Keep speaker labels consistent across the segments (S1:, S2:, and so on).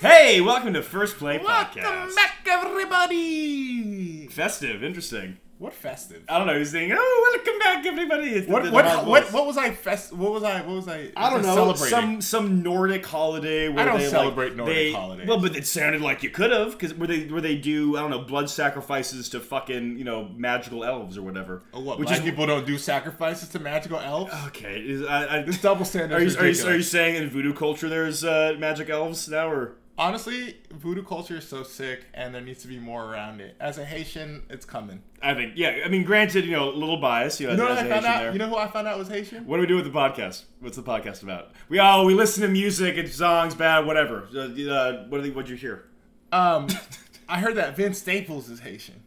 S1: Hey, welcome to First Play
S2: What
S1: Podcast.
S2: the mech, everybody?
S1: Festive, interesting.
S2: What festive?
S1: I don't know. He's saying, "Oh, welcome back, everybody." It's the-
S2: What
S1: the
S2: what
S1: hard
S2: what,
S1: voice.
S2: what was I fest? What was I? What was I?
S1: I don't
S2: was
S1: know. Some
S2: Celebrating.
S1: some Nordic holiday. Where
S2: I don't
S1: they, like,
S2: celebrate Nordic
S1: they-
S2: holidays.
S1: Well, but it sounded like you could have because where they where they do I don't know blood sacrifices to fucking you know magical elves or whatever.
S2: Oh, what?
S1: Which
S2: black
S1: is
S2: people don't do sacrifices to magical elves.
S1: okay. Is, I, I,
S2: This double standard
S1: are
S2: is
S1: you, are, you, are you
S2: ridiculous.
S1: saying in voodoo culture there's uh, magic elves now or?
S2: Honestly, voodoo culture is so sick, and there needs to be more around it. As a Haitian, it's coming.
S1: I think yeah. I mean, granted, you know, a little bias. You know,
S2: You know
S1: as,
S2: what I
S1: as
S2: found
S1: Asian
S2: out?
S1: there.
S2: You know who I found out was Haitian?
S1: What do we do with the podcast? What's the podcast about? We oh we listen to music and songs, bad whatever. Uh, uh, what do they, what'd you hear?
S2: Um, I heard that Vince Staples is Haitian,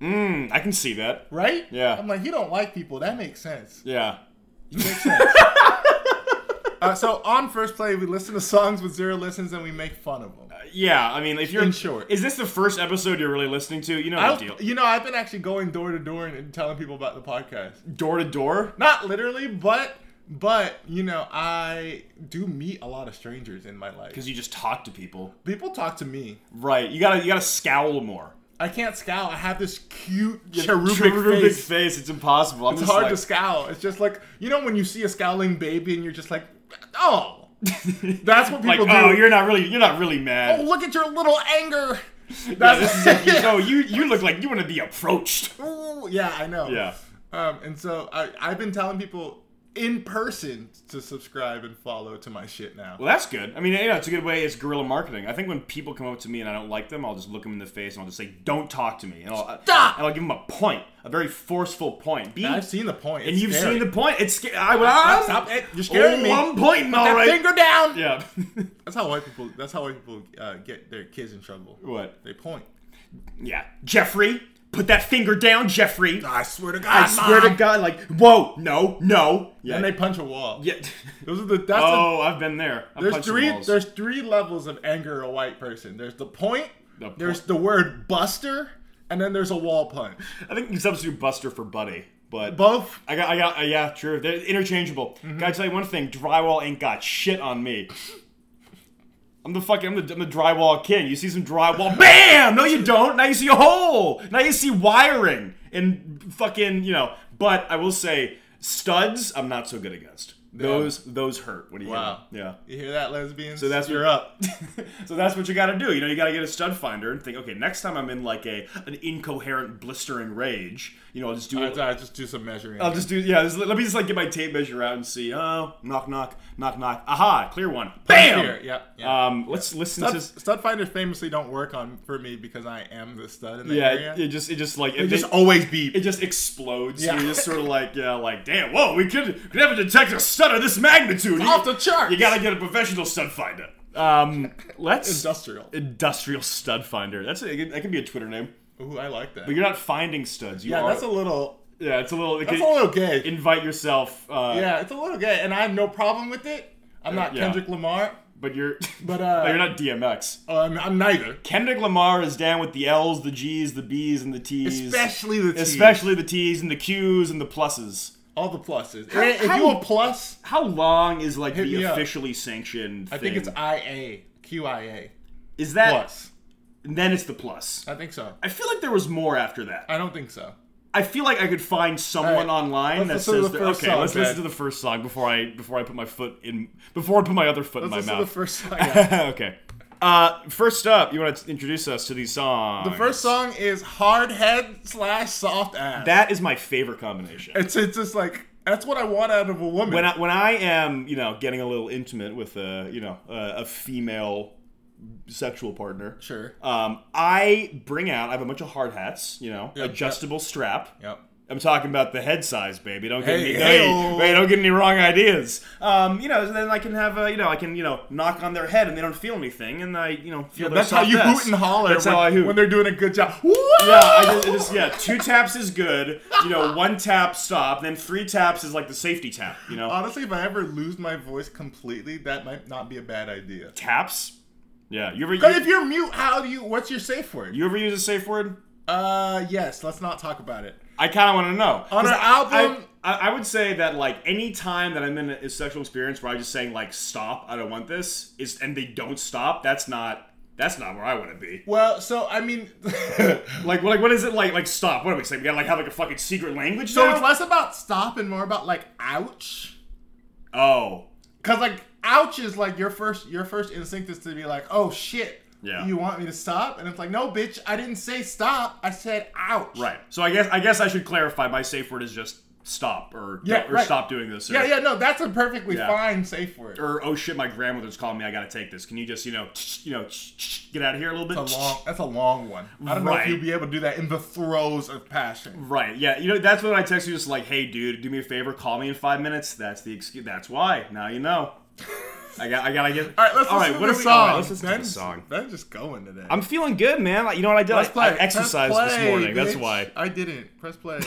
S1: Mm, I can see that.
S2: right?
S1: Yeah.
S2: I'm like, you don't like people. That makes sense.
S1: Yeah.
S2: Makes sense. uh, so on first play, we listen to songs with zero listens and we make fun of them.
S1: Yeah, I mean, if you're
S2: In short.
S1: is this the first episode you're really listening to? You know
S2: I,
S1: the deal.
S2: you know, I've been actually going door to door and, and telling people about the podcast.
S1: Door to door.
S2: Not literally, but but you know, I do meet a lot of strangers in my life.
S1: Because you just talk to people,
S2: People talk to me.
S1: right? You gotta you gotta scowl more.
S2: I can't scowl. I have this cute
S1: You have
S2: cherubic,
S1: cherubic
S2: face.
S1: face. It's impossible. I'm
S2: It's
S1: just
S2: hard
S1: like,
S2: to scowl. It's just like you know when you see a scowling baby and you're just like, oh, that's what
S1: like
S2: people do.
S1: oh, you're not really you're not really mad.
S2: Oh, look at your little anger.
S1: yeah,
S2: That's,
S1: this is, no, you you look like you want to be approached.
S2: Ooh, yeah, I know.
S1: Yeah.
S2: Um, and so I, I've been telling people in person to subscribe and follow to my shit now.
S1: Well, that's good. I mean, you know, it's a good way. It's guerrilla marketing. I think when people come up to me and I don't like them, I'll just look them in the face and I'll just say, "Don't talk to me." And I'll, uh,
S2: Stop!
S1: And I'll give them a point, a very forceful point. Be,
S2: And I've seen the point.
S1: and
S2: It's
S1: you've
S2: scary.
S1: seen the point. It's sca- I would.
S2: Stop, stop it. You're scaring
S1: oh,
S2: me.
S1: I'm pointing all
S2: That
S1: right.
S2: finger down.
S1: Yeah.
S2: That's how white people. That's how white people uh, get their kids in trouble.
S1: what?
S2: They point.
S1: Yeah, Jeffrey, put that finger down, Jeffrey.
S2: I swear to God.
S1: I swear to God, like, whoa, no, no. Yeah.
S2: And they punch a wall.
S1: yeah.
S2: Those are the. That's the-
S1: oh, I've been there. I've
S2: there's
S1: punched some
S2: three.
S1: walls.
S2: There's three levels of anger a white person. There's the point.
S1: The point.
S2: There's the word buster, and then there's a wall punch.
S1: I think you can substitute Buster for Buddy, but
S2: Both
S1: I got, I got, uh, yeah, true. They're interchangeable.
S2: Mm-hmm.
S1: Gotta tell you one thing: drywall ain't got shit on me. I'm the fucking, I'm the, I'm the drywall king. You see some drywall, bam! No, you don't. Now you see a hole. Now you see wiring and fucking, you know. But I will say, studs, I'm not so good against. Those, those hurt. What do you
S2: Wow.
S1: Hear? Yeah.
S2: You hear that, lesbians?
S1: So that's what-
S2: you're up.
S1: so that's what you got to do. You know, you got to get a stud finder and think, okay, next time I'm in like a an incoherent, blistering rage, you know, I'll just do
S2: I,
S1: it.
S2: I just do some measuring.
S1: I'll just do yeah. Just, let me just like get my tape measure out and see. Oh, knock, knock, knock, knock. Aha, clear one. Bam.
S2: Here, Yep. yep.
S1: Um, let's listen
S2: stud,
S1: to.
S2: stud finders famously don't work on for me because I am the stud in the
S1: Yeah,
S2: area.
S1: it, it just it just like it,
S2: They just
S1: just
S2: always beep.
S1: it just explodes.
S2: Yeah.
S1: You're just sort of like yeah, like damn. Whoa, we could could never detect a stud of this magnitude. You-
S2: off the charts.
S1: You gotta get a professional stud finder. Um, let's
S2: industrial.
S1: industrial stud finder. That's a, that could be a Twitter name.
S2: Ooh, I like that.
S1: But you're not finding studs. You
S2: yeah,
S1: are,
S2: that's a little.
S1: yeah, it's a little. it
S2: That's
S1: could-
S2: a little gay.
S1: invite yourself. Uh,
S2: yeah, it's a little gay, and I have no problem with it. I'm not
S1: yeah.
S2: Kendrick Lamar,
S1: but you're but
S2: but
S1: you're
S2: uh,
S1: not DMX.
S2: um, I'm neither.
S1: Kendrick Lamar is down with the L's, the G's, the B's, and the T's.
S2: Especially the T's.
S1: Especially the T's and the Q's and the pluses.
S2: all the pluses.
S1: How-
S2: if
S1: how-
S2: you a plus,
S1: How long is like
S2: Hit
S1: the
S2: me up.
S1: officially sanctioned?
S2: I think it's IA, QIA
S1: is that
S2: plus.
S1: and then it's the plus.
S2: I think so.
S1: I feel like there was more after that.
S2: I don't think so.
S1: I feel like I could find someone
S2: Alright,
S1: online that
S2: let's listen to
S1: says
S2: the
S1: that-
S2: first
S1: okay,
S2: song,
S1: let's listen to
S2: Ted.
S1: the first song before I before I put my foot in before I put my other foot in my
S2: Let's listen to
S1: mouth.
S2: the first song. yeah.
S1: okay. Uh, first up, you want to introduce us to these songs.
S2: The first song is hard head slash soft ass.
S1: that is my favorite combination.
S2: it's it's just like that's what I want out of a woman.
S1: when I, when I am, you know, getting a little intimate with a, you know, a, a female sexual partner,
S2: sure.
S1: um, I bring out. I have a bunch of hard hats, you know,
S2: Yep,
S1: adjustable strap.
S2: yep.
S1: I'm talking about the head size, baby. Don't get
S2: Hey,
S1: any,
S2: hey-o.
S1: hey, don't get any wrong ideas. Um, you know, so then I can have, a, you know, I can, you know, knock on their head and they don't feel anything, and I, you know, feel their
S2: That's how you
S1: softness.
S2: hoot and holler.
S1: That's
S2: when,
S1: how I hoot.
S2: when they're doing a good job.
S1: Yeah, I just, I just yeah, two taps is good. You know, one tap stop, then three taps is like the safety tap. You know,
S2: Honestly, if I ever lose my voice completely, that might not be a bad idea.
S1: taps. Yeah, you ever
S2: But
S1: you,
S2: if you're mute, how do you? What's your safe word?
S1: you ever use a safe word?
S2: Uh, yes. Let's not talk about it.
S1: I kind of want to know.
S2: On
S1: 'Cause
S2: our
S1: I-
S2: album-
S1: I, I would say that like any time that I'm in a sexual experience where I'm just saying like stop, I don't want this, is and they don't stop. That's not That's not where I want to be.
S2: Well, so I mean,
S1: Like, like, what is it like? Like, stop. What are we saying? We gotta like have like a fucking secret language.
S2: so
S1: now?
S2: it's less about stop and more about like ouch,
S1: oh,
S2: because like ouch is like your first your first instinct is to be like oh shit.
S1: Yeah.
S2: You want me to stop? And it's like, no, bitch, I didn't say stop. I said ouch.
S1: right. So I guess I guess I should clarify. My safe word is just stop or
S2: Yeah,
S1: or
S2: right.
S1: stop doing this. Or,
S2: Yeah, yeah, no, that's a perfectly
S1: Yeah.
S2: fine safe word.
S1: Or oh shit, my grandmother's calling me. I gotta take this. Can you just you know you know get out of here a little bit?
S2: That's a long, that's a long one. I don't know
S1: Right.
S2: if you'll be able to do that in the throes of passion.
S1: Right. Yeah. You know, that's when I text you, just like, "Hey, dude, do me a favor, call me in five minutes." That's the excuse. That's why. Now you know. I got. I gotta get.
S2: All right, let's listen to
S1: what
S2: the
S1: are we-
S2: song.
S1: all right, let's listen to the
S2: Ben's-
S1: song.
S2: Ben's just going today.
S1: I'm feeling good, man. Like, You know what I did? I,
S2: Press play.
S1: I exercised
S2: Press
S1: this
S2: play,
S1: morning. That's
S2: bitch.
S1: why.
S2: I didn't. Press play.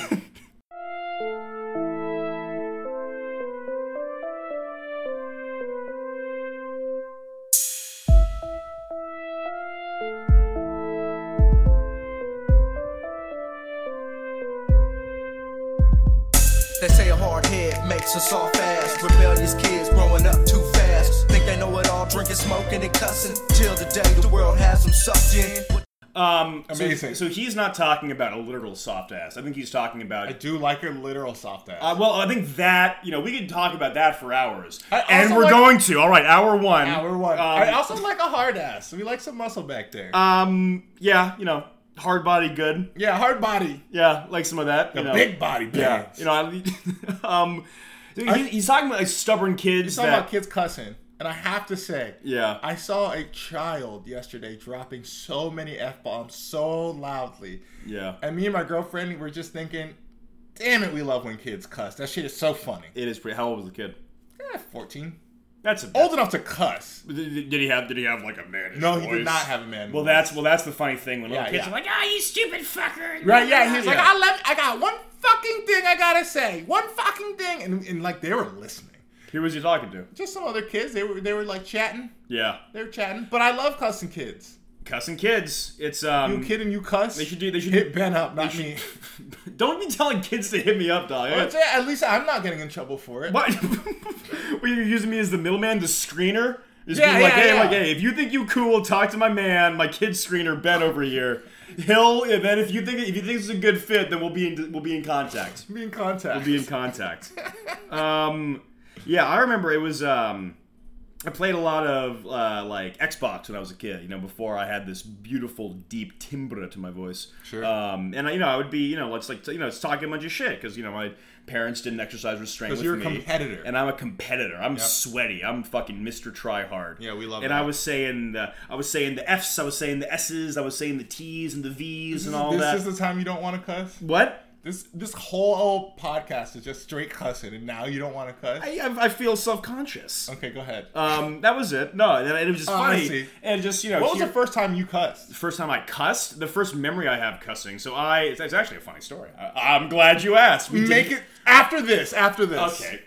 S3: They say a hard head makes a soft ass. Rebellious kids growing up too fast. Think they know it all, drinking, smoking, and cussing. Till the day the world has them sucked in.
S1: Um, so-
S2: Amazing.
S1: So, he's not talking about a literal soft ass. I think he's talking about.
S2: I do like your literal soft ass.
S1: uh, well, I think that you know we can talk about that for hours,
S2: I also
S1: and we're
S2: like-
S1: going to. All right, hour one.
S2: Hour one.
S1: Um,
S2: I also like a hard ass. We like some muscle back there.
S1: um, yeah, you know, hard body, good.
S2: yeah, hard body.
S1: Yeah, like some of that.
S2: The
S1: you know.
S2: big body.
S1: Yeah,
S2: bands.
S1: you know, I, um, he- he's talking about like stubborn kids
S2: You're talking
S1: that
S2: about kids cussing, and I have to say,
S1: Yeah.
S2: I saw a child yesterday dropping so many f bombs so loudly.
S1: Yeah.
S2: And me and my girlfriend were just thinking, damn it, we love when kids cuss. That shit is so funny.
S1: it is pretty. How old was the kid?
S2: Eh, 14.
S1: That's a
S2: Old enough to cuss.
S1: Did did he have? Did he have like a man?
S2: No, he did not have a man.
S1: Well,
S2: voice.
S1: that's well, that's the funny thing when little
S2: Yeah,
S1: kids
S2: yeah.
S1: are like, "Ah, you stupid fucker!"
S2: Right, yeah, he's like,
S1: Yeah.
S2: I love I got one fucking thing I gotta say. One fucking thing. And, and like they were listening.
S1: Who was he talking to?
S2: Just some other kids, they were they were like chatting.
S1: Yeah,
S2: They were chatting. But I love cussing kids.
S1: cussing kids. It's um.
S2: You kid and you cuss.
S1: They should do. They should
S2: hit Ben up, not me.
S1: Don't be telling kids to hit me up, dog.
S2: But yeah, at least I'm not getting in trouble for it.
S1: What? Were you using me as the middleman, the screener? Just
S2: Yeah,
S1: being like,
S2: yeah,
S1: hey,
S2: yeah.
S1: like, hey, if you think you cool, talk to my man, my kid screener Ben over here. He'll, and then if you think if you think it's a good fit, then we'll be in we'll be in contact.
S2: Be in contact.
S1: We'll be in contact. um, yeah, I remember it was. Um, I played a lot of uh, like Xbox when I was a kid. You know, before I had this beautiful deep timbre to my voice.
S2: Sure.
S1: Um, and I, you know, I would be, you know, let's like, you know, it's talking a bunch of shit because you know my parents didn't exercise restraint.
S2: 'Cause
S1: with
S2: you're a
S1: me,
S2: competitor.
S1: and I'm a competitor. I'm sweaty. I'm fucking Mr. Tryhard.
S2: Yeah, we love
S1: And
S2: that.
S1: I was saying the, I was saying the Fs, I was saying the S's, I was saying the T's and the V's and all
S2: this
S1: that.
S2: is the time you don't want to cuss.
S1: what?
S2: This this whole podcast is just straight cussing, and now you don't want to cuss.
S1: I, I, I feel self conscious.
S2: okay, go ahead.
S1: Um, that was it. No, and it was just
S2: Oh, I
S1: funny.
S2: see.
S1: And just you know,
S2: what was
S1: here-
S2: the first time you cussed?
S1: first time I cussed? The first memory I have cussing. So I, it's, it's actually a funny story. I, I'm glad you asked. We
S2: Make
S1: didn't-
S2: it after this. After this.
S1: okay.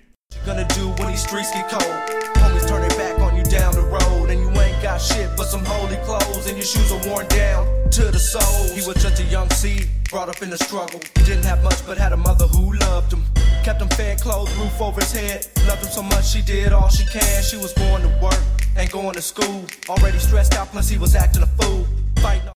S3: Gonna do when these streets get cold. Homies turn their back on you down the road. And you ain't got shit but some holy clothes. And your shoes are worn down to the soles. He was just a young seed, brought up in the struggle. He didn't have much but had a mother who loved him. Kept him fed, clothes, roof over his head. Loved him so much she did all she can. She was born to work, ain't going to school. Already stressed out, plus he was acting a fool. Fighting,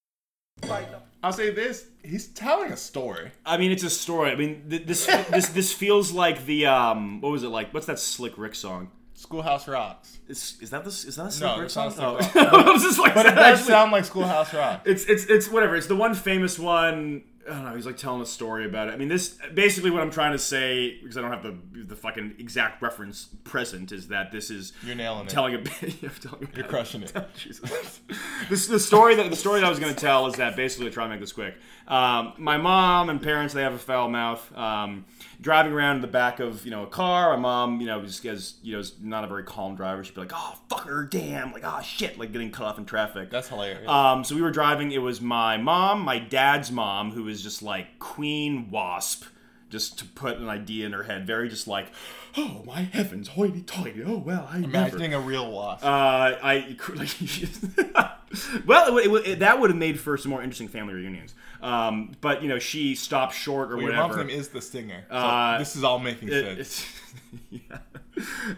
S3: fighting.
S2: I'll say this. He's telling a story.
S1: I mean, it's a story. I mean, th- this this this feels like the um, what was it like? What's that Slick Rick song?
S2: Schoolhouse Rocks.
S1: Is, is that this? Is that a Slick
S2: No,
S1: Rick
S2: it's not
S1: song? Oh.
S2: Slick Rick.
S1: I was just like,
S2: But
S1: that
S2: it does
S1: actually-
S2: sound like Schoolhouse Rock.
S1: it's it's it's whatever. It's the one famous one. I don't know. He's like telling a story about it. I mean, this basically what I'm trying to say because I don't have the the fucking exact reference present is that this is
S2: You're nailing it.
S1: telling it. A, I'm telling
S2: You're crushing it.
S1: Jesus. This, the story that the story that I was going to tell is that basically try to make this quick. Um, my mom and parents they have a foul mouth. Um, driving around in the back of you know a car, my mom you know just has you know is not a very calm driver. She'd be like, oh fucker, damn, like oh shit, like getting cut off in traffic.
S2: That's hilarious.
S1: Um, so we were driving. It was my mom, my dad's mom, who is just like queen wasp, just to put an idea in her head. Very just like, oh my heavens, hoity toity. Oh well, I never."
S2: Imagining a real wasp.
S1: Uh, I like, well, it, would- it, would- it, that would have made for some more interesting family reunions. Um, but you know, she stopped short or
S2: Your
S1: whatever.
S2: mom's name is the stinger. So
S1: Uh,
S2: this is all making
S1: It-
S2: sense.
S1: it's-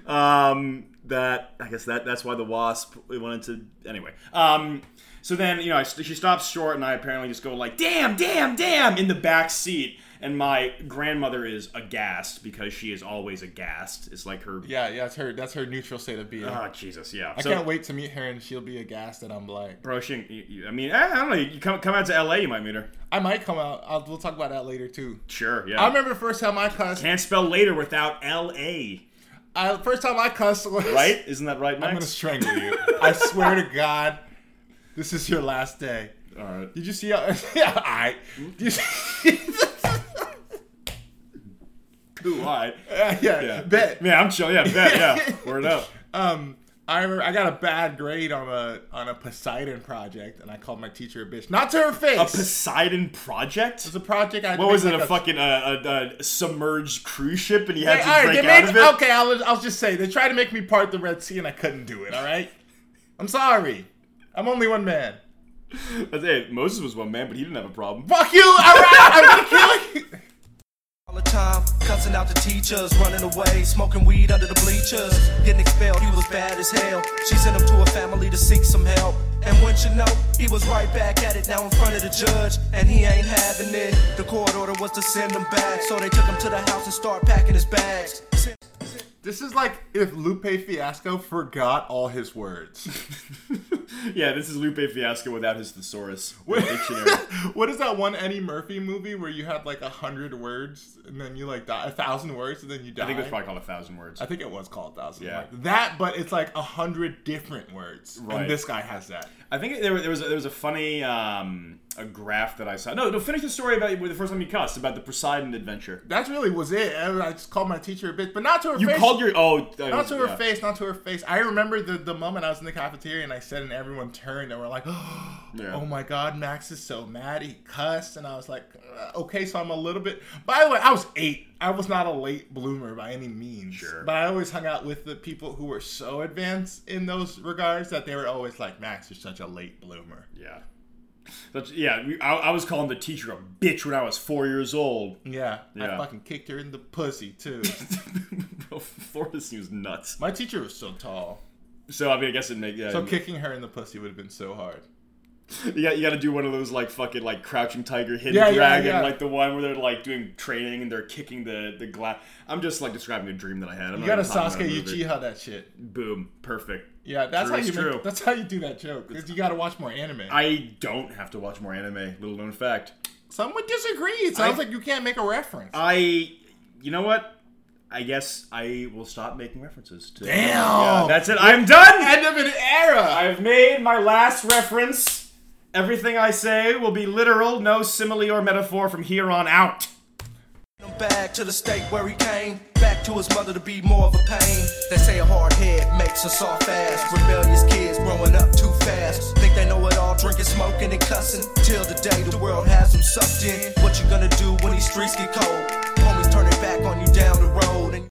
S1: yeah. Um, that I guess that that's why the wasp wanted to anyway. Um, so then you know I, st- she stops short, and I apparently just go like, "Damn, damn, damn!" in the back seat, and my grandmother is aghast because she is always aghast. It's like her.
S2: Yeah, yeah, that's her. That's her neutral state of being.
S1: Oh Jesus, yeah.
S2: I can't wait to meet her, and she'll be aghast that I'm black.
S1: Bro, she, you, you- I mean, eh, I, I don't know. You come come out to L.A., you might meet her.
S2: I might come out. I'll, we'll talk about that later too.
S1: Sure, yeah.
S2: I remember the first time I cussed.
S1: Can't spell later without L.A.
S2: I, first time I cussed was
S1: Right? Isn't that right, Max?
S2: I'm gonna strangle you. I swear to God, this is your last day.
S1: All right.
S2: Did you see? How, yeah, I. Did you see,
S1: Ooh, all right.
S2: yeah,
S1: Yeah.
S2: Eh, bet.
S1: Yeah, I'm chill. Yeah, bet. Yeah, word up.
S2: Um, I remember I got a bad grade on a on a Poseidon project, and I called my teacher a bitch, not to her face.
S1: A Poseidon project.
S2: It's a project I.
S1: What was it? A fucking uh, a, a submerged cruise ship, and you had
S2: Hey,
S1: to
S2: all right,
S1: break
S2: they
S1: out
S2: made-
S1: of it.
S2: Okay, I'll, I'll just say they tried to make me part the Red Sea, and I couldn't do it. All right, I'm sorry. I'm only one man.
S1: That's it. Moses was one man, but he didn't have a problem.
S2: Fuck you! All right, I'm gonna kill you.
S3: All the time, cussing out the teachers, running away, smoking weed under the bleachers, getting expelled. He was bad as hell. She sent him to a family to seek some help. And once you know, he was right back at it now in front of the judge, and he ain't having it. The court order was to send him back, so they took him to the house and start packing his bags.
S2: This is like if Lupe Fiasco forgot all his words.
S1: yeah, this is Lupe Fiasco without his thesaurus or dictionary.
S2: what is that one Eddie Murphy movie where you had like a hundred words and then you like die a thousand words and then you die?
S1: I think it was probably called a thousand words.
S2: I think it was called a thousand.
S1: Yeah.
S2: Words. That, but it's like a hundred different words.
S1: Right.
S2: And this guy has that.
S1: I think there, there was there was a funny um, a graph that I saw. No, no. Finish the story about the first time you cussed about the Poseidon adventure.
S2: That really was it. I I just called my teacher a bitch, but not to her
S1: You
S2: face.
S1: called your oh I
S2: not to
S1: mean,
S2: her
S1: yeah.
S2: face, not to her face. I remember the, the moment I was in the cafeteria and I said, and everyone turned and were like,
S1: Yeah.
S2: "Oh my God, Max is so mad. He cussed." And I was like, "Uh, "Okay, so I'm a little bit." By the way, I was eight. I was not a late bloomer by any means.
S1: Sure.
S2: But I always hung out with the people who were so advanced in those regards that they were always like, "Max, you're such a late bloomer."
S1: Yeah. That's, yeah, we- I, I was calling the teacher a bitch when I was four years old.
S2: Yeah.
S1: Yeah.
S2: I fucking kicked her in the pussy too.
S1: Bro, Florida seems nuts.
S2: my teacher was so tall,
S1: So I mean, I guess it makes. Yeah,
S2: so kicking her in the pussy would have been so hard.
S1: you, got, you got to do one of those like fucking like crouching tiger, hidden
S2: Yeah, yeah,
S1: dragon,
S2: yeah.
S1: like the one where they're like doing training and they're kicking the the glass. I'm just like describing a dream that I had. I'm
S2: You
S1: not
S2: gotta
S1: even talking
S2: Sasuke
S1: about a movie.
S2: Uchiha that shit.
S1: Boom, perfect.
S2: Yeah, that's
S1: True
S2: how
S1: is
S2: you make,
S1: true.
S2: that's how you do that joke. 'cause you got to watch more anime.
S1: I don't have to watch more anime. Little known fact.
S2: Some would disagree. It sounds
S1: I-
S2: like you can't make a reference.
S1: I, you know what? I guess I will stop making references to.
S2: Damn.
S1: Yeah, that's it. I'm done.
S2: End of an era.
S1: I've made my last reference. Everything I say will be literal, no simile or metaphor from here on out.
S3: Him back to the state where he came, back to his mother to be more of a pain. They say a hard head makes a soft ass. Rebellious kids growing up too fast. Think they know it all, drinking, smoking, and cussing. Till the day the world has them sucked in. What you gonna do when these streets get cold? Homies turning back on you down the road. And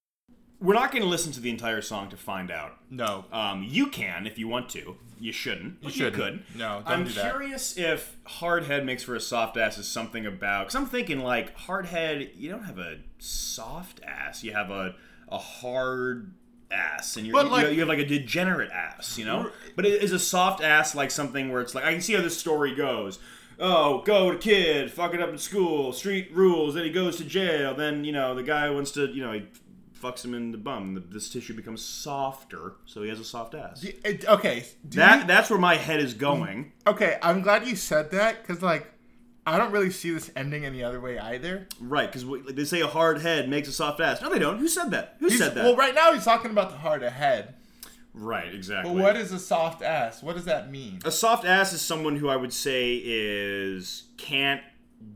S1: We're not going to listen to the entire song to find out.
S2: no.
S1: Um, you can if you want to. You shouldn't. but You,
S2: shouldn't.
S1: could.
S2: No, don't
S1: I'm
S2: do that.
S1: curious if hard head makes for a soft ass is something about. Because I'm thinking like hard head. You don't have a soft ass. You have a a hard ass, and you're,
S2: But,
S1: you-
S2: like-
S1: you have like a degenerate ass. You know. But it is a soft ass like something where it's like I can see how this story goes. Oh, go to kid, fuck it up in school, street rules. Then he goes to jail. Then you know the guy wants to you know he fucks him in the bum. The, this tissue becomes softer, so he has a soft ass.
S2: D- it- okay. do
S1: That
S2: you-
S1: that's where my head is going.
S2: okay. I'm glad you said that because like I don't really see this ending any other way either.
S1: Right, because like, they say a hard head makes a soft ass. No, they don't. Who said that? Who
S2: He's-
S1: said that?
S2: Well, right now he's talking about the hard ahead.
S1: Right, exactly.
S2: But what is a soft ass? What does that mean?
S1: a soft ass is someone who I would say is can't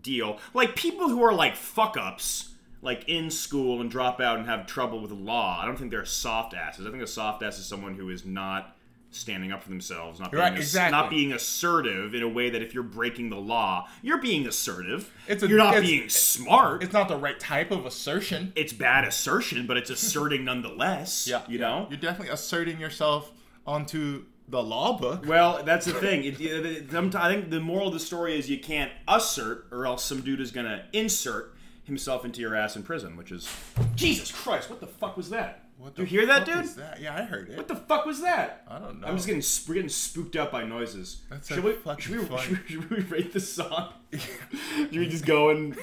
S1: deal. Like people who are like fuck ups, like in school and drop out and have trouble with the law. I don't think they're soft asses. I think a soft ass is someone who is not standing up for themselves, not being
S2: Right,
S1: ass-
S2: exactly.
S1: not being assertive in a way that if you're breaking the law, you're being assertive.
S2: It's a-
S1: you're not
S2: it's-
S1: being smart.
S2: It's not the right type of assertion.
S1: it's bad assertion, but it's asserting nonetheless. you know.
S2: You're definitely asserting yourself onto the law book.
S1: Well, that's the thing. It, it, it- somet- I think the moral of the story is you can't assert, or else some dude is gonna insert himself into your ass in prison, which is Jesus Christ. What the fuck was that?
S2: What
S1: You hear that,
S2: fuck
S1: dude?
S2: was that? Yeah, I heard it.
S1: What the fuck was that?
S2: I don't know.
S1: I'm just getting sp- we're getting spooked up by noises.
S2: That's
S1: should,
S2: so
S1: we,
S2: fucking
S1: should, we,
S2: funny.
S1: should we should we rate this song? should we just go and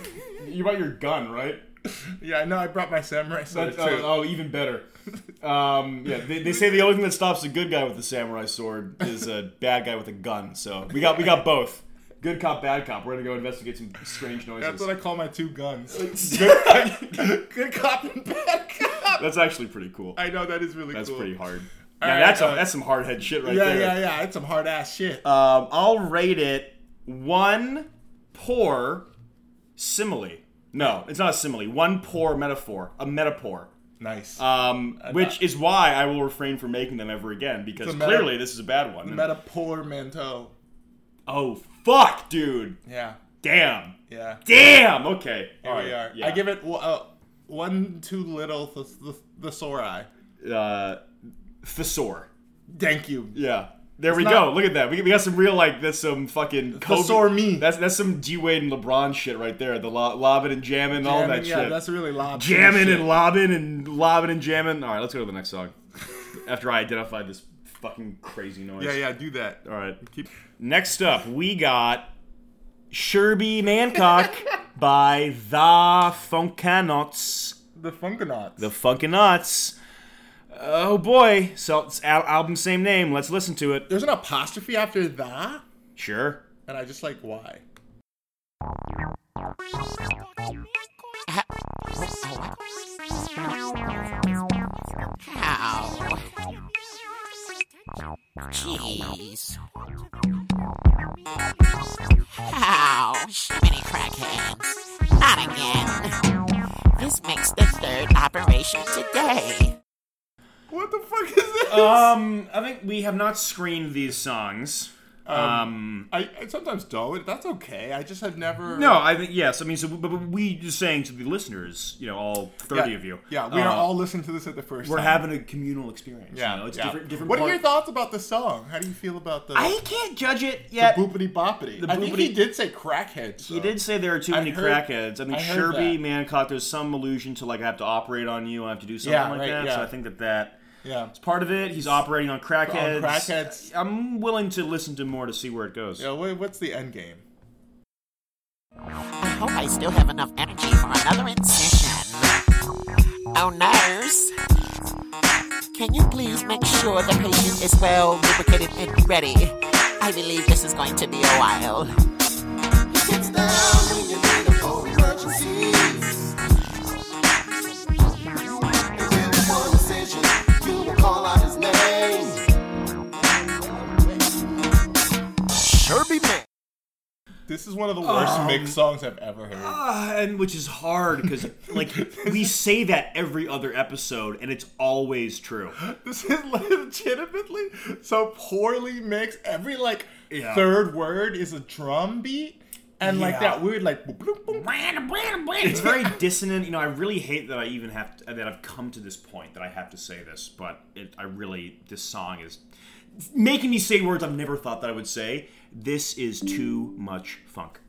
S1: you brought your gun, right?
S2: Yeah, I know. I brought my samurai sword
S1: That's,
S2: too.
S1: oh, oh, even better. Um, yeah, they, they say the only thing that stops a good guy with a samurai sword is a bad guy with a gun. So we got we got both. Good cop, bad cop. We're gonna go investigate some strange noises.
S2: That's what I call my two guns.
S1: Good-
S2: Good cop and bad cop.
S1: that's actually pretty cool.
S2: I know that is really
S1: That's
S2: cool.
S1: pretty hard.
S2: All
S1: Now,
S2: right,
S1: that's
S2: uh,
S1: a, that's some hard head shit right
S2: Yeah,
S1: there.
S2: yeah, yeah. It's some hard ass shit. Uh,
S1: Um, I'll rate it one poor simile. No, it's not a simile. One poor metaphor. A metaphor.
S2: nice.
S1: Um, which is why I will refrain from making them ever again because
S2: uh, It's a meta-
S1: clearly this is a bad one.
S2: Meta poor Manteau.
S1: oh fuck, dude!
S2: Yeah,
S1: Damn,
S2: yeah.
S1: damn. Okay,
S2: Here we are. I give it w- uh, one too little the the, the sore eye.
S1: it uh, thesaur.
S2: Thank you.
S1: Yeah. There we
S2: not-
S1: go. Look at that. We, we got some real like that's some fucking
S2: Thesaur me.
S1: That's that's some G Wade and LeBron shit right there. The lo- lobbing and jamming, and all
S2: Jamming,
S1: that
S2: yeah,
S1: shit.
S2: that's really loud.
S1: jamming and lobbing and lobbing and jamming. All right, let's go to the next song. After I identified this fucking crazy noise.
S2: Yeah, yeah. Do that.
S1: All right.
S2: Keep.
S1: Next up, we got Sherby Mancock by The Funkanauts.
S2: The Funkanauts.
S1: The Funkanauts. Oh boy. So it's al- album same name. Let's listen to it.
S2: There's an apostrophe after the,
S1: Sure.
S2: and I just like why.
S4: Ow. Jeez. Ow. Shitty crackheads. Not again. This makes the third operation today.
S2: What the fuck is this?
S1: Um, I think we have not screened these songs. Um,
S2: I, I sometimes don't. That's okay. I just have never.
S1: no, I think yes. I mean, so but, but we just saying to the listeners, you know, all
S2: Yeah,
S1: thirty of you.
S2: Yeah, we
S1: uh,
S2: are all listening to this at the first.
S1: We're
S2: time.
S1: having a communal experience. you know? it's different. different
S2: what are
S1: part-
S2: your thoughts about the song? How do you feel about the,
S1: I can't judge it
S2: the
S1: yet.
S2: boopity boppity?
S1: The
S2: I think he
S1: boopity-
S2: did say crackhead. So.
S1: He did say there are too
S2: I
S1: many
S2: heard-
S1: crackheads. I think
S2: I heard
S1: Sherby
S2: that.
S1: Mancock, there's some allusion to like I have to operate on you. I have to do something
S2: Yeah,
S1: like
S2: right,
S1: that. So
S2: yeah.
S1: I think that that
S2: Yeah.
S1: it's part of it. He's operating on crackheads.
S2: crackheads.
S1: I'm willing to listen to more to see where it goes.
S2: Yeah. Wait, what's the end game?
S4: I hope I still have enough energy for another incision. Oh, nurse. Can you please make sure the patient is well lubricated and ready? I believe this is going to be a while.
S3: It's down when you need it for emergencies. And when the one decision, you will call out his name. Sure be man.
S2: This is one
S1: Um,
S2: of the worst mix songs I've ever heard.
S1: Ah, and which is hard because like we say that every other episode, and it's always true.
S2: this is legitimately so poorly mixed. Every like
S1: Yeah.
S2: third word is a drum beat, and like
S1: Yeah.
S2: that weird like. boop, boop, boop, boop.
S1: It's very dissonant. You know, I really hate that I even have to, that I've come to this point that I have to say this, but it, I really this song is making me say words I've never thought that I would say. This is too much funk.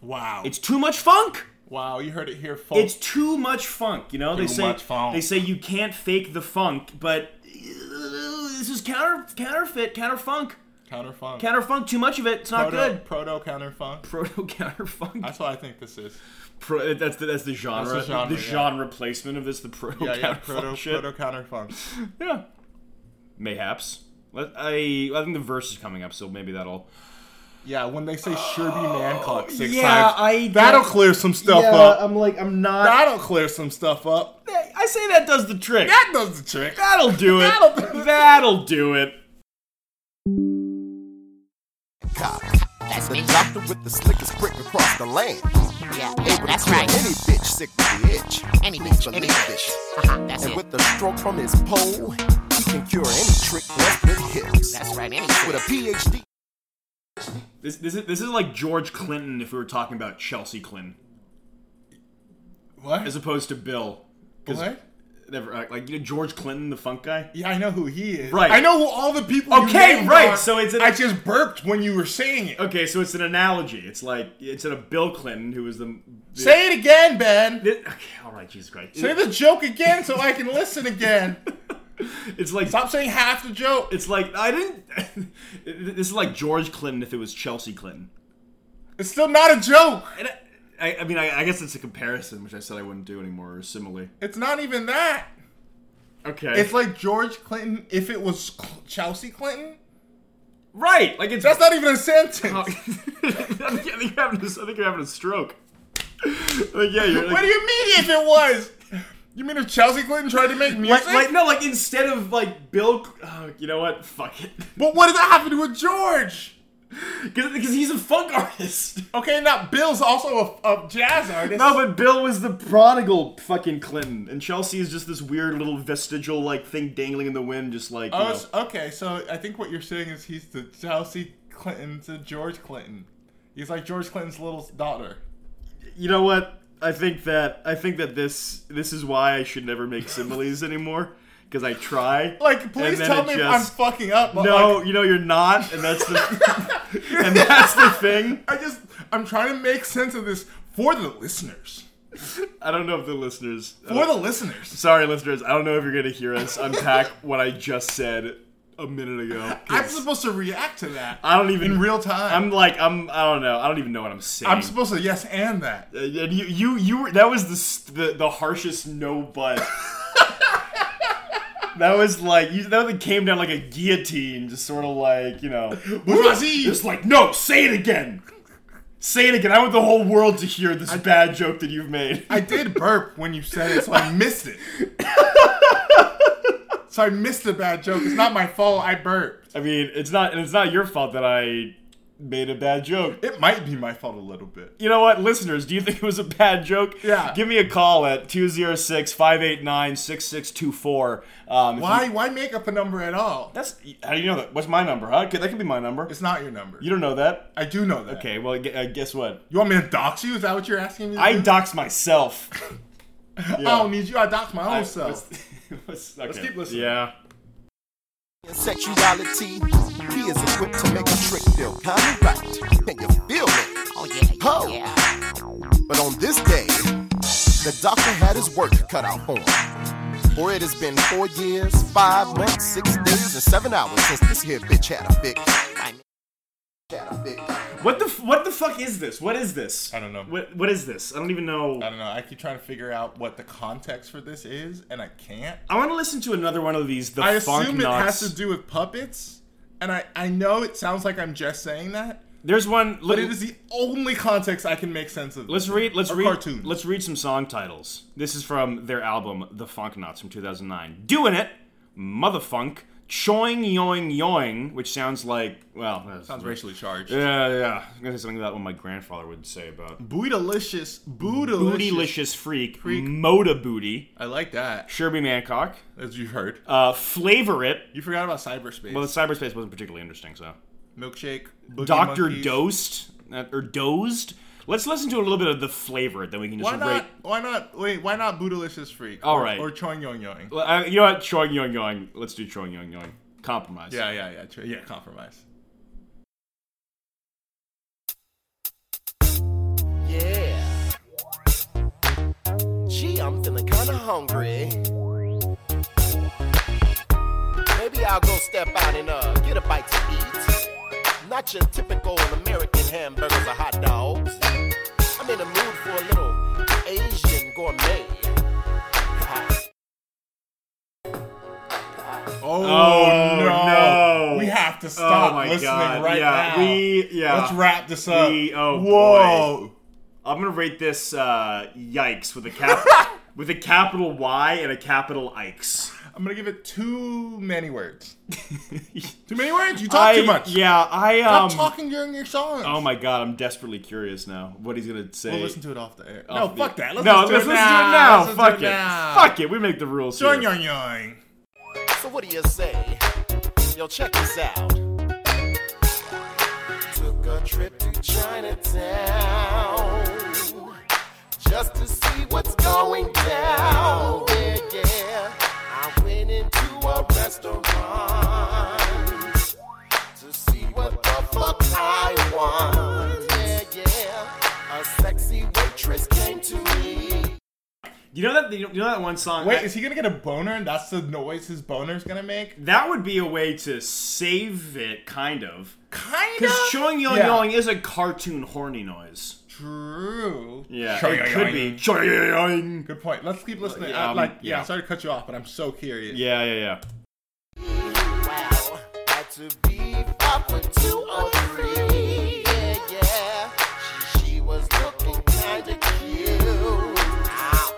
S2: Wow!
S1: It's too much funk.
S2: wow! You heard it here,
S1: It's
S2: folks.
S1: too much funk. You know, they
S2: Too
S1: say
S2: much funk.
S1: they say you can't fake the funk, but uh, this is counter counterfeit counter funk.
S2: Counter funk.
S1: Counter funk, too much of it. It's not
S2: proto,
S1: good.
S2: Proto counter funk.
S1: Proto counter funk.
S2: That's what I think this is.
S1: Pro, that's the that's the genre.
S2: That's the genre, yeah.
S1: placement of this, the proto
S2: Yeah, yeah.
S1: counter
S2: Proto
S1: funk shit.
S2: proto counter funk.
S1: Yeah. Mayhaps. Let, I I think the verse is coming up, so maybe that'll.
S2: Yeah, when they say Sherby Mancock six
S1: yeah,
S2: times,
S1: I-
S2: that'll clear some stuff up.
S1: I'm like I'm not.
S2: that'll clear some stuff up.
S1: I say that does the trick.
S2: That does the trick.
S1: That'll do it.
S2: That'll do it.
S1: That'll do it.
S5: cop.
S4: That's
S5: The
S4: me.
S5: doctor with the slickest prick across the land.
S4: Yeah,
S5: Able
S4: that's
S5: to cure
S4: right.
S5: Any bitch sick with the itch.
S4: Any
S5: Please
S4: bitch, any
S5: believe
S4: bitch. Uh-huh, that's
S5: And
S4: it.
S5: with the stroke from his pole, he can cure any trick left with hips.
S4: That's right, any trick.
S5: With a PhD.
S1: This this is this is like George Clinton if we were talking about Chelsea Clinton
S2: What?
S1: as opposed to Bill. 'Cause
S2: what?
S1: never like, like you know George Clinton, the funk guy.
S2: Yeah, I know who he is.
S1: Right.
S2: I know who all the people. you
S1: Okay,
S2: named
S1: right,
S2: are.
S1: so it's an-
S2: I just burped when you were saying it.
S1: Okay, so it's an analogy. It's like it's a Bill Clinton who was the, the
S2: Say it again, Ben.
S1: It- okay, all right, Jesus Christ.
S2: Say the joke again so I can listen again.
S1: it's like
S2: Stop saying half the joke.
S1: it's like I didn't. this is like George Clinton if it was Chelsea Clinton.
S2: It's still not a joke.
S1: And I- I, I mean, I, I guess it's a comparison, which I said I wouldn't do anymore, or simile.
S2: It's not even that.
S1: Okay,
S2: It's like George Clinton if it was Cl- Chelsea Clinton.
S1: right, like it's
S2: That's not even a sentence.
S1: I think I think you're having a, I think you're having a stroke. like yeah, you're like,
S2: What do you mean if it was? You mean if Chelsea Clinton tried to make music?
S1: like, like no, like instead of like Bill, Cl- oh, you know what? Fuck it,
S2: but what does that have to do with George?
S1: because he's a funk artist.
S2: Okay, now Bill's also a, a jazz artist.
S1: No, but Bill was the prodigal fucking Clinton, and Chelsea is just this weird little vestigial like thing dangling in the wind, just like you
S2: Oh,
S1: know.
S2: s- okay. So I think what you're saying is he's the Chelsea Clinton to George Clinton. He's like George Clinton's little daughter.
S1: you know what? I think that I think that this this is why I should never make similes anymore because I try.
S2: Like,
S1: and
S2: please
S1: then
S2: tell
S1: it
S2: me
S1: just-
S2: if I'm fucking up. but,
S1: No,
S2: like,
S1: you know you're not, and that's the and that's the thing.
S2: I just I'm trying to make sense of this for the listeners.
S1: I don't know if the listeners. I
S2: For
S1: don't-
S2: the listeners.
S1: sorry, listeners. I don't know if you're gonna hear us unpack what I just said a minute ago.
S2: I'm supposed to react to that.
S1: I don't even
S2: in real time.
S1: I'm like I'm. I don't know. I don't even know what I'm saying.
S2: I'm supposed to yes and that.
S1: Uh, and you, you, you were. That was the s- the, the harshest no but. that was like you. That one came down like a guillotine, just sort of like you know.
S2: Bourgeoisie!
S1: Just like no, say it again. Say it again. I want the whole world to hear this bad joke that you've made.
S2: I did burp when you said it, so I missed it. so I missed a bad joke. It's not my fault. I burped.
S1: I mean, it's not. and It's not your fault that I made a bad joke.
S2: It might be my fault a little bit.
S1: You know what, listeners, do you think it was a bad joke?
S2: Yeah.
S1: Give me a call at 206 589 6624. Um,
S2: Why? Why make up a number at all?
S1: That's how do you know that? What's my number? Huh? That could be my number.
S2: It's not your number.
S1: You don't know that?
S2: I do know that.
S1: Okay. Well, gu- uh, guess what?
S2: You want me to dox you? Is that what you're asking me? To
S1: I
S2: do?
S1: doxed myself.
S2: I don't need you. I dox my own
S1: I-
S2: self.
S1: Let's, okay.
S2: keep listening.
S1: Yeah.
S5: Sexuality, he is equipped to make a trick feel kinda right. Can you feel me?
S4: Oh, yeah,
S5: Oh.
S4: yeah.
S5: But on this day, the doctor had his work cut out for him. For it has been four years, five months, six days, and seven hours since this here bitch had a fix. Had a fix.
S1: What the f- what the fuck is this? What is this?
S2: I don't know.
S1: What what is this? I don't even know.
S2: I don't know. I keep trying to figure out what the context for this is, and I can't.
S1: I want to listen to another one of these. The
S2: I
S1: funk
S2: assume it
S1: knots.
S2: has to do with puppets, and I I know it sounds like I'm just saying that,
S1: There's one.
S2: but it is the only context I can make sense of.
S1: Let's
S2: this.
S1: read. Let's
S2: Or
S1: read.
S2: Cartoon.
S1: Let's read some song titles. This is from their album, The Funk Knots, from 2009. Doing it, motherfunk, choing yoing yoing, which sounds like well, that's-
S2: sounds racially charged.
S1: Yeah, yeah. I'm gonna say something that one my grandfather would say about
S2: Bootylicious. Bootylicious.
S1: bootylicious freak,
S2: Freak.
S1: moda booty,
S2: I like that,
S1: Sherby Mancock,
S2: as you heard.
S1: uh, flavor it.
S2: You forgot about cyberspace.
S1: Well, the cyberspace wasn't particularly interesting, so
S2: Milkshake. Boogie
S1: Doctor
S2: Monkeys.
S1: Dosed uh, or Dozed. Let's listen to a little bit of the flavor it, then we can just
S2: Why
S1: rate.
S2: not? Why not? Wait, why not Bootylicious Freak?
S1: All
S2: Or-
S1: right.
S2: Or Choing Yong Yong.
S1: Well, I- you know what? Choing yoing yoing. Let's do choing yoing yoing. Compromise.
S2: Yeah, yeah, yeah. Cho- yeah, compromise.
S5: Yeah. Gee, I'm feeling kinda hungry. Maybe I'll go step out and uh, get a bite to eat. Not your typical American hamburgers or hot dogs. I'm in the mood for a little Asian gourmet.
S2: Oh,
S1: Oh,
S2: no.
S1: no.
S2: We have to
S1: Oh,
S2: stop
S1: my
S2: listening
S1: God.
S2: right
S1: Yeah,
S2: now.
S1: we- yeah.
S2: Let's wrap this up.
S1: We- oh,
S2: Whoa.
S1: I'm gonna rate this uh, yikes with a cap with a capital Y and a capital Ikes.
S2: I'm gonna give it too many words. too many words. You talk
S1: I-
S2: too much.
S1: Yeah, I um.
S2: Stop talking during your songs.
S1: Oh my god, I'm desperately curious now. What he's gonna say?
S2: We'll listen to it off the air.
S1: off
S2: no,
S1: the-
S2: fuck that. Let's
S1: no,
S2: listen to
S1: let's
S2: it
S1: listen
S2: now.
S1: to it now.
S2: Let's
S1: Fuck
S2: listen to
S1: it.
S2: it now.
S1: Fuck it. We make the rules.
S2: Choing
S1: here.
S2: Yong Yong.
S5: So, what do you say? Yo, check this out. Took a trip to Chinatown. just to see what's going down. Yeah, yeah. restaurant to see what the fuck I want. Yeah, yeah. A sexy waitress came to me.
S1: You know that you know that one song.
S2: Wait, is he gonna get a boner and that's the noise his boner's gonna make?
S1: that would be a way to save it, kind of.
S2: Kind of.
S1: Because showing yoing
S2: Yeah.
S1: yoing is a cartoon horny noise.
S2: True.
S1: Yeah,
S2: Showing
S1: it
S2: yoing
S1: could
S2: yoing.
S1: be. Showing yoing.
S2: Good point. Let's keep listening.
S1: Yeah,
S2: I-
S1: um,
S2: like, yeah,
S1: yeah.
S2: sorry to cut you off, but I'm so curious.
S1: Yeah, yeah, yeah.
S5: Wow, had to be five foot two or three. Yeah, yeah. She, she was looking kinda cute. Ow.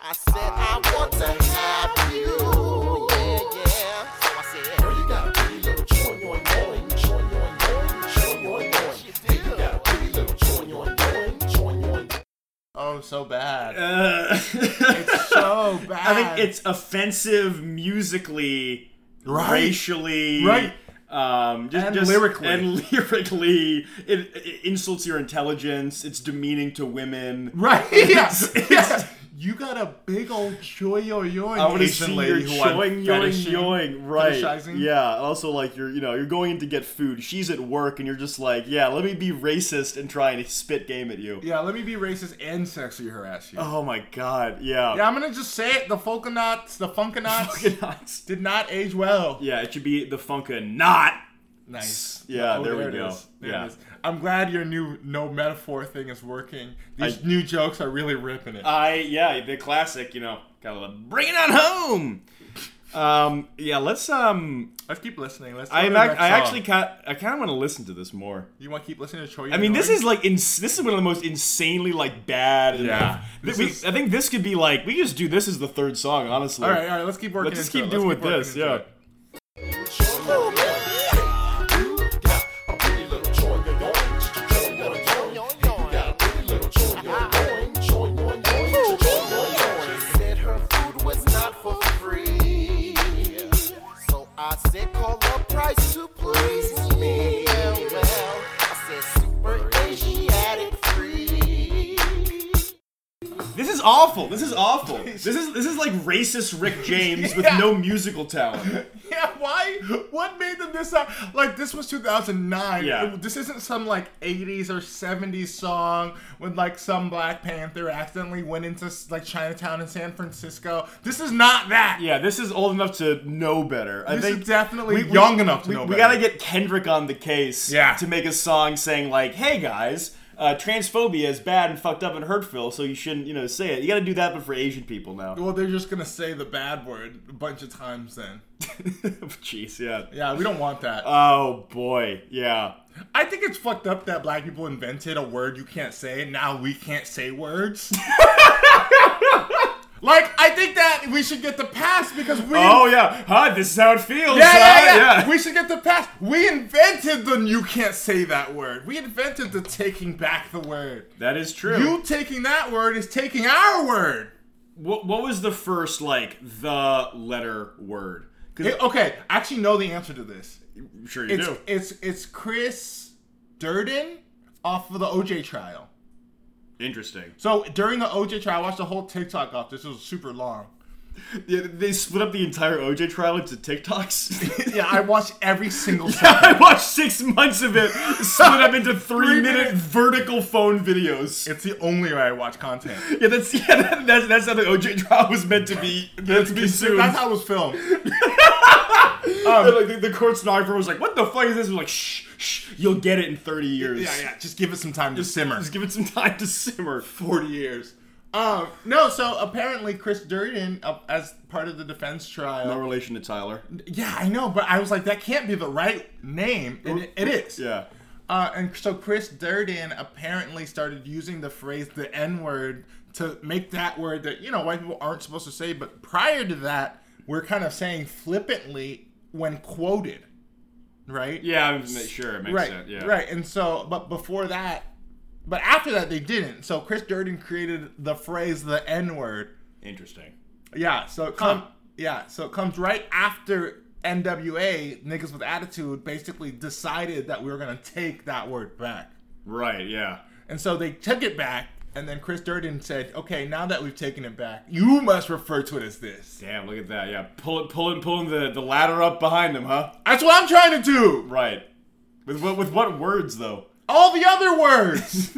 S5: I said I want to have you. Yeah, yeah. So I said, Girl, you got a pretty little joint, you're annoying. Joint, you're annoying. Joint, you're annoying. Hey, you got a pretty little joint, you're annoying. Joint, you're annoying.
S2: Oh, so bad.
S1: Uh,
S2: It's so bad.
S1: I think it's offensive musically,
S2: Right.
S1: racially,
S2: Right.
S1: Um, just,
S2: And
S1: just-
S2: lyrically.
S1: and lyrically, it, it insults your intelligence. It's demeaning to women.
S2: right. Yeah.
S1: It's-
S2: yeah. You got a big old joy yo yo
S1: I want to
S2: Asian
S1: see your
S2: lady who I'm
S1: yoing, yoing,
S2: fetishing-
S1: yoing. Right.
S2: fetishizing.
S1: Yeah. Also, like you're, you know, you're going in to get food. She's at work, and you're just like, yeah, let me be racist and try and spit game at you.
S2: Yeah, let me be racist and sexually harass you.
S1: Oh my god. Yeah.
S2: Yeah, I'm gonna just say it. The Folkanauts, the Funkanauts
S1: Fucking nuts.
S2: did not age well.
S1: Yeah, it should be the Funka not.
S2: Nice.
S1: Yeah, there we
S2: it
S1: go.
S2: is. There it
S1: Yeah.
S2: is. I'm glad your new no metaphor thing is working. These
S1: I-
S2: new jokes are really ripping it.
S1: I yeah, the classic, you know, gotta love bring it on home. Um, yeah, let's um.
S2: Let's keep listening. Let's.
S1: I'm
S2: go to the
S1: ac-
S2: next
S1: I
S2: song.
S1: actually kind I kind of want to listen to this more.
S2: You want to keep listening to Choi?
S1: I mean, this is like ins- this is one of the most insanely like bad. and,
S2: Yeah.
S1: like, th-
S2: This
S1: we,
S2: is-
S1: I think this could be like we just do this as the third song, honestly.
S2: All right, all right. Let's keep working.
S1: Let's just
S2: into
S1: keep
S2: it.
S1: doing
S2: Let's
S1: with this.
S2: working into
S1: Yeah.
S2: it.
S1: This is awful. This is awful. this is this is like racist Rick James with
S2: Yeah.
S1: no musical talent.
S2: Yeah, why? What made them this? song? Like, this was 2009.
S1: Yeah.
S2: It- this isn't some, like, 80s or 70s song when, like, some Black Panther accidentally went into, like, Chinatown in San Francisco. This is not that.
S1: Yeah, this is old enough to know better. I
S2: This
S1: think
S2: is definitely young enough to
S1: we,
S2: know
S1: We
S2: better.
S1: gotta get Kendrick on the case
S2: Yeah.
S1: to make a song saying like, "Hey guys, uh, transphobia is bad and fucked up and hurtful, so you shouldn't, you know, say it." You gotta do that, but for Asian people now.
S2: Well, they're just going to say the bad word a bunch of times then.
S1: Jeez, yeah.
S2: Yeah, we don't want that.
S1: Oh boy, yeah.
S2: I think it's fucked up that black people invented a word you can't say, and now we can't say words. like, I think that we should get the pass because we.
S1: Oh yeah, huh? This is how it feels.
S2: Yeah, yeah,
S1: huh?
S2: yeah, We should get the pass. We invented the you can't say that word. We invented the taking back the word.
S1: That is true.
S2: You taking that word is taking our word.
S1: what, what was the first like the letter word? 'Cause
S2: It- okay, I actually know the answer to this.
S1: I'm sure you
S2: It's
S1: do.
S2: it's it's Chris Durden off of the OJ trial.
S1: Interesting.
S2: So during the OJ trial, I watched the whole TikTok off. This was super long.
S1: Yeah, they split up the entire OJ trial into TikToks.
S2: Yeah, I watched every single second.
S1: I watched six months of it split up into three, minute vertical phone videos.
S2: It's the only way I watch content.
S1: Yeah, that's yeah, that, that's that's how the OJ trial was meant to be. Meant to be soon.
S2: That's how it was filmed.
S1: And, like, the, the court sniper was like, "What the fuck is this?" And we're like, "Shh, shh, you'll get it in thirty years."
S2: Yeah, yeah. Just give it some time to simmer.
S1: Just give it some time to simmer.
S2: 40 years. Um, no, so apparently Chris Durden, uh, as part of the defense trial.
S1: No relation to Tyler.
S2: Yeah, I know, but I was like, that can't be the right name. And it, it is.
S1: Yeah.
S2: Uh, and so Chris Durden apparently started using the phrase the N word to make that word that, you know, white people aren't supposed to say. But prior to that, we're kind of saying flippantly when quoted, right?
S1: Yeah, I'm sure it makes
S2: right,
S1: sense. Yeah.
S2: right. And so, but before that, but after that, they didn't. So Chris Durden created the phrase the N word.
S1: Interesting.
S2: Yeah, so it come yeah, so it comes right after NWA niggas with attitude basically decided that we were gonna take that word back,
S1: Right. Yeah.
S2: and so they took it back. And then Chris Durden said, "Okay, now that we've taken it back, you must refer to it as this."
S1: Damn, look at that. Yeah, pull it, pulling, pulling the, the ladder up behind him, huh?
S2: That's what I'm trying to do.
S1: Right. With what, with what words though?
S2: All the other words,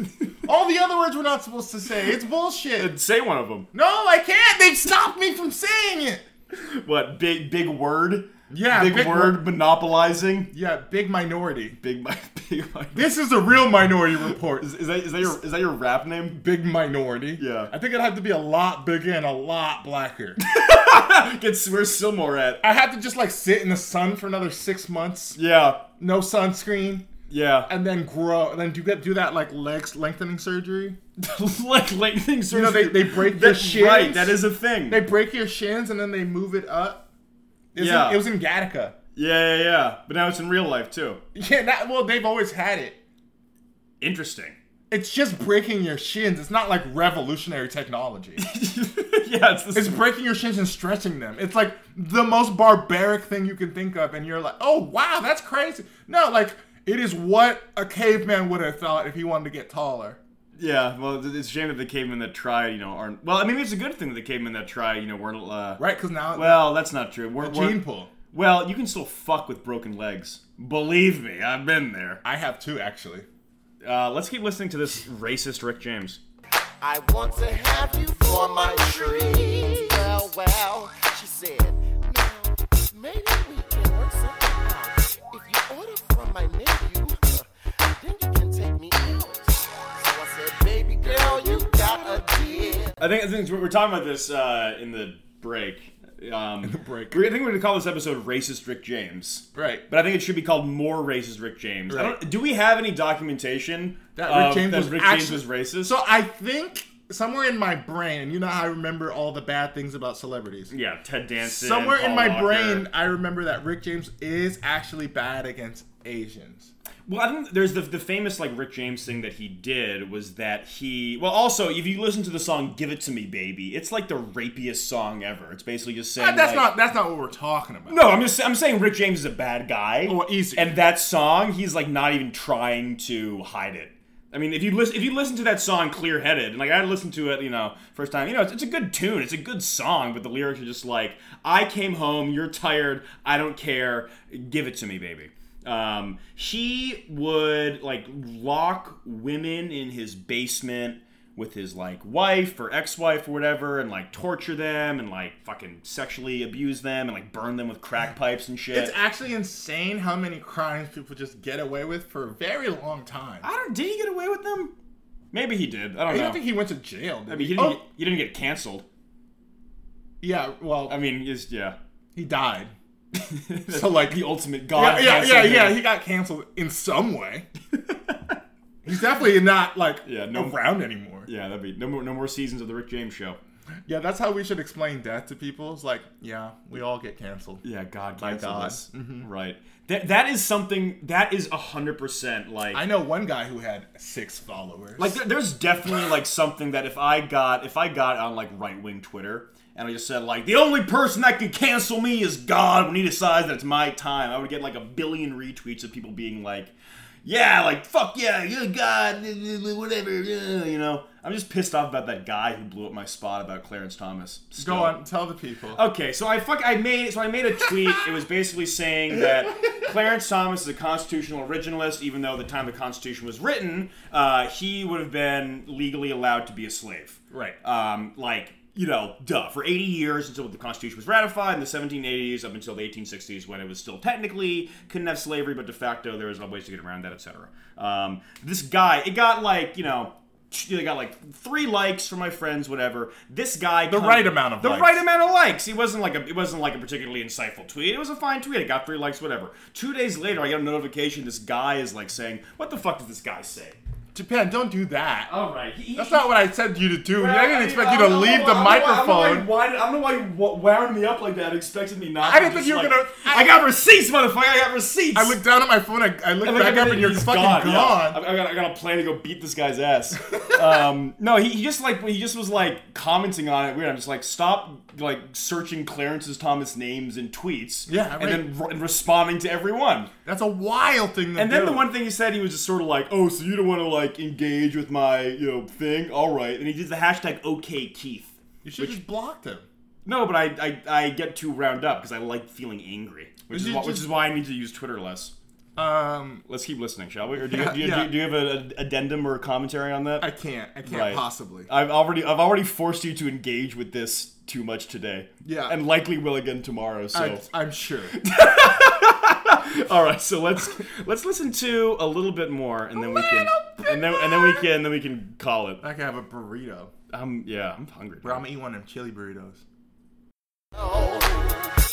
S2: all the other words we're not supposed to say. It's bullshit.
S1: Say one of them.
S2: No, I can't. They've stopped me from saying it.
S1: What big big word?
S2: Yeah,
S1: big,
S2: big
S1: word
S2: word.
S1: monopolizing.
S2: Yeah, big minority.
S1: Big mi- big. mi-
S2: This is the real minority report.
S1: Is, is that is that your is that your rap name?
S2: big minority.
S1: Yeah.
S2: I think it'd have to be a lot bigger and a lot blacker.
S1: Gets where's Silmore at?
S2: I have to just like sit in the sun for another six months,
S1: Yeah,
S2: no sunscreen,
S1: yeah.
S2: and then grow. And then do get do that like legs lengthening surgery.
S1: like lightning surgery.
S2: know, they- they break
S1: that,
S2: your shins.
S1: Right, that is a thing.
S2: They break your shins and then they move it up. It was in-
S1: Yeah.
S2: it was in Gattaca.
S1: yeah, yeah, yeah. But now it's in real life too.
S2: Yeah, that well they've always had it.
S1: Interesting.
S2: It's just breaking your shins. It's not like revolutionary technology.
S1: yeah, it's the
S2: It's breaking your shins and stretching them. It's like the most barbaric thing you can think of, and you're like, oh wow, that's crazy. No, like it is what a caveman would have thought if he wanted to get taller.
S1: Yeah, well, it's a shame that the cavemen that tried, you know, aren't. Well, I mean, it's a good thing that the cavemen that tried, you know, weren't. Uh,
S2: Right? Because now
S1: Well, that's not true. We're,
S2: the
S1: we're-
S2: gene pool.
S1: Well, you can still fuck with broken legs. Believe me, I've been there.
S2: I have two actually.
S1: Uh, let's keep listening to this racist Rick James.
S4: I want to have you for my tree. Well, well, she said. Now, maybe we can work something out. If you order from my menu, then you can take me out. So I said, baby girl, you got a deal.
S1: I think I think we're we're talking about this uh, in the break. Um, in the
S2: break.
S1: I think we're gonna call this episode "Racist Rick James."
S2: Right.
S1: But I think it should be called "More Racist Rick James." I
S2: Right.
S1: don't, do we have any documentation
S2: That
S1: of-
S2: Rick James,
S1: that
S2: was,
S1: Rick
S2: actually,
S1: James was racist?
S2: So I think somewhere in my brain, and you know how I remember all the bad things about celebrities.
S1: yeah, Ted Danson.
S2: Somewhere in
S1: Paul
S2: my
S1: Walker.
S2: brain, I remember that Rick James is actually bad against Asians.
S1: Well, I think there's the, the famous like Rick James thing that he did was that he well also if you listen to the song "Give It to Me, Baby," it's like the rapiest song ever. It's basically just saying
S2: Ah,
S1: like-
S2: that's not that's not what we're talking about.
S1: No, I'm just I'm saying Rick James is a bad guy.
S2: Well, Oh, easy.
S1: And that song, he's like not even trying to hide it. I mean, if you listen if you listen to that song clear headed, and like I listened to it, you know, first time, you know, it's, it's a good tune, it's a good song, but the lyrics are just like, "I came home, you're tired, I don't care, give it to me, baby." Um, he would like lock women in his basement with his like wife or ex-wife or whatever and like torture them and like fucking sexually abuse them and like burn them with crack pipes and shit.
S2: It's actually insane how many crimes people just get away with for a very long time.
S1: I don't did he get away with them? Maybe he did. I don't
S2: I
S1: know.
S2: don't think he went to jail. Did
S1: I mean, he
S2: he?
S1: didn't,
S2: Oh,
S1: get, he didn't get canceled.
S2: yeah. Well,
S1: I mean, is yeah.
S2: he died. so like,
S1: The
S2: yeah,
S1: ultimate god.
S2: yeah,
S1: canceled
S2: yeah,
S1: him.
S2: yeah. He got canceled in some way. He's definitely not like
S1: Yeah, no-
S2: around anymore. Yeah.
S1: Yeah, that'd be no more no more seasons of the Rick James show.
S2: that's how we should explain death to people. It's like, yeah, we all get canceled.
S1: Yeah, God Mm-hmm. canceled
S2: God.
S1: us. Right. That that is something that is hundred percent like
S2: I know one guy who had six followers.
S1: Like there, there's definitely like something that if I got if I got on like right wing Twitter and I just said like the only person that can cancel me is God when He decides that it's my time, I would get like a billion retweets of people being like, yeah, like fuck yeah, yeah God, whatever, yeah, you know. I'm just pissed off about that guy who blew up my spot about Clarence Thomas. Still.
S2: go on, tell the people.
S1: Okay, so I fuck I made so I made a tweet. it was basically saying that Clarence Thomas is a constitutional originalist, even though at the time the Constitution was written, uh, he would have been legally allowed to be a slave.
S2: Right.
S1: Um, like you know, duh. For 80 years until the Constitution was ratified in the 1780s, up until the 1860s when it was still technically couldn't have slavery, but de facto there was no ways to get around that, etc. Um, this guy, it got like you know. It got like three likes from my friends, whatever. This guy, the
S2: right amount of
S1: the
S2: likes.
S1: right amount of likes. It wasn't like a it wasn't like a particularly insightful tweet. It was a fine tweet. It got three likes, whatever. Two days later, I get a notification. This guy is like saying, "What the fuck did this guy say?"
S2: Japan, don't do that.
S1: All right, he,
S2: That's not what I said you to do. I didn't expect you to leave the
S1: I
S2: microphone.
S1: don't know why you wa- wound me up like that. Expected me not. to
S2: I didn't
S1: just,
S2: think you were
S1: like-
S2: gonna-
S1: I, got receipts, motherfucker. I got receipts.
S2: I looked down at my phone. I, I looked
S1: And, like,
S2: back up, and you're
S1: he's
S2: fucking gone.
S1: yeah. I, I got, I got a plan to go beat this guy's ass. um, no, he, he just like he just was like commenting on it. Weird. I'm just like stop like searching Clarence's Thomas names and tweets.
S2: Yeah, right.
S1: and then re- and responding to everyone.
S2: That's a wild thing. To
S1: And then
S2: do.
S1: the one thing he said, he was just sort of like, "Oh, so you don't want to like engage with my you know thing. All right, and he did the hashtag OK Keith.
S2: You should just blocked him.
S1: No, but I I, I get too round up because I like feeling angry, which
S2: Is
S1: is,
S2: it
S1: why, which
S2: just-
S1: is why I need to use Twitter less.
S2: Um,
S1: Let's keep listening, shall we? Or do you,
S2: Yeah,
S1: do you,
S2: yeah.
S1: do you have an addendum or a commentary on that?
S2: I can't. I can't
S1: Right. Uh,
S2: possibly.
S1: I've already I've already forced you to engage with this too much today.
S2: Yeah.
S1: and likely will again tomorrow. So
S2: I, I'm sure.
S1: all right, so let's let's listen to a little bit more, and then we can and then and then we can then we can call it.
S2: I could have a burrito,
S1: Um, yeah, I'm hungry.
S2: but I'm gonna eat one of them chili burritos.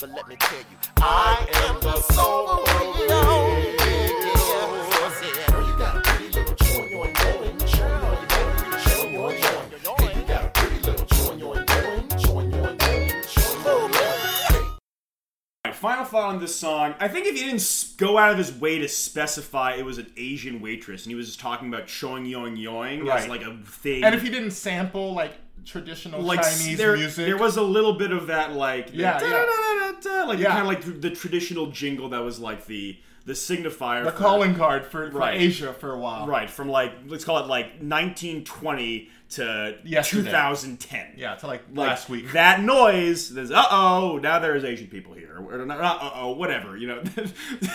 S5: But let me tell you, I am the soul burrito. You got a pretty little joint, you're enjoying, joint, you're enjoying, joint, you're enjoying. Hey, you got a pretty little joint, you're enjoying, joint, you're enjoying, joint, you're enjoying.
S1: All right, final thought on this song. I think if he didn't s- go out of his way to specify it was an Asian waitress, and he was just talking about showing yoing yoing as
S2: Right.
S1: like a thing,
S2: And if he didn't sample like traditional
S1: like s-
S2: Chinese
S1: there,
S2: music,
S1: there was a little bit of that like
S2: Yeah, yeah.
S1: da-da-da-da-da, like
S2: Yeah.
S1: kind of like th- the traditional jingle that was like the the signifier
S2: the
S1: for-
S2: calling card for, for
S1: Right.
S2: Asia for a while.
S1: right from like let's call it like 1920 to
S2: Yesterday.
S1: 2010
S2: Yeah, to like,
S1: like,
S2: last week.
S1: That noise, there's uh oh, now there's Asian people here. Or not, uh oh, whatever, you know.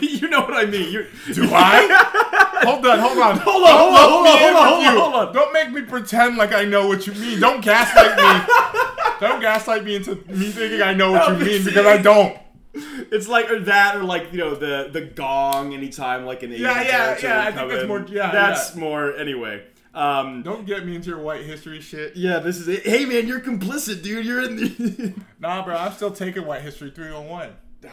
S1: you know what I mean. you
S2: Do I? hold on, hold on.
S1: Hold on, hold on, hold on, hold on, hold on, hold on.
S2: Don't make me pretend like I know what you mean. Don't gaslight me. don't gaslight me into me thinking I know what
S1: No,
S2: you mean
S1: see-
S2: because I don't.
S1: It's like or that or like, you know, the the gong anytime like an Asian
S2: Yeah, yeah,
S1: character
S2: yeah,
S1: would
S2: I think
S1: come
S2: that's
S1: in.
S2: more- yeah,
S1: That's
S2: yeah.
S1: more anyway. Um
S2: Don't get me into your white history shit.
S1: yeah, this is it. Hey man, you're complicit, dude. You're in the
S2: Nah, bro, I'm still taking white history 301.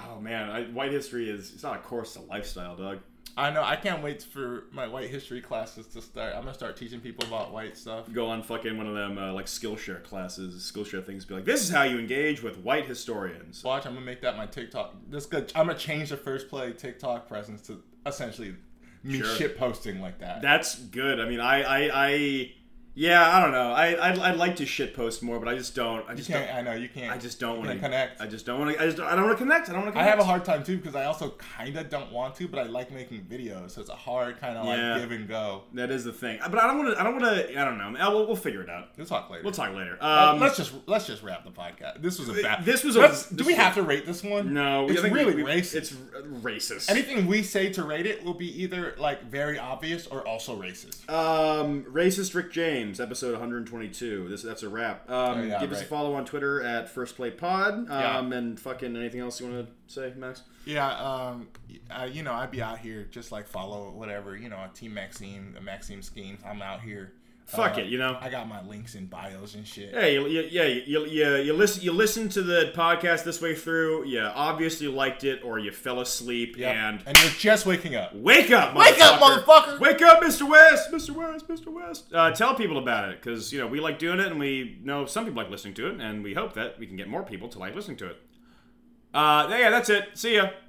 S1: Oh man, I, white history is it's not a course, it's a lifestyle, dog.
S2: I know. I can't wait for my white history classes to start. I'm gonna start teaching people about white stuff.
S1: Go on fucking one of them uh, like Skillshare classes, Skillshare things be like, this is how you engage with white historians.
S2: Watch, I'm gonna make that my TikTok. This good. I'm gonna change the first play TikTok presence to essentially me
S1: Sure.
S2: shit posting like that.
S1: That's good. I mean, I, I, I yeah, I don't know. I, I, I'd like to shit post more, but I just don't. I
S2: you
S1: just
S2: can't.
S1: don't.
S2: I know you can't.
S1: I just don't
S2: you
S1: want to
S2: can't connect.
S1: I just don't want to. I just don't, I don't want to connect. I don't want to.
S2: I have a hard time too because I also kind of don't want to, but I like making videos, so it's a hard kind of
S1: Yeah.
S2: like give and go.
S1: That is the thing. But I don't want to. I don't want to. I don't know. Uh, We'll, we'll figure it out.
S2: We'll talk later.
S1: We'll talk later. Um,
S2: Uh, let's just let's just wrap the podcast. This was a bad.
S1: this was a-
S2: let's- do
S1: this
S2: we
S1: was a-
S2: have to rate this one?
S1: No,
S2: it's
S1: I think we-
S2: really
S1: we-
S2: racist.
S1: It's r- racist.
S2: Anything we say to rate it will be either like very obvious or also racist.
S1: Um, racist Rick James, episode 122. This that's a wrap. Um,
S2: Oh, yeah,
S1: give us a
S2: right.
S1: follow on Twitter at First Play Pod. Um,
S2: Yeah.
S1: and fucking anything else you want to say, Max?
S2: Yeah, um, uh, you know, I'd be out here just like follow whatever, you know, Team Maxime, the Maxime schemes. I'm out here.
S1: Fuck
S2: Uh,
S1: it, you know.
S2: I got my links in bios and shit.
S1: Yeah, you, you, yeah, you, you, you listen you listen to the podcast this way through. You obviously liked it, or you fell asleep
S2: Yep.
S1: and
S2: you're just waking up.
S1: wake up,
S5: Wake up, motherfucker!
S1: wake up, Mr. West, Mr. West, Mr. West. Uh, tell people about it because you know we like doing it, and we know some people like listening to it, and we hope that we can get more people to like listening to it. Uh, yeah, that's it. See ya.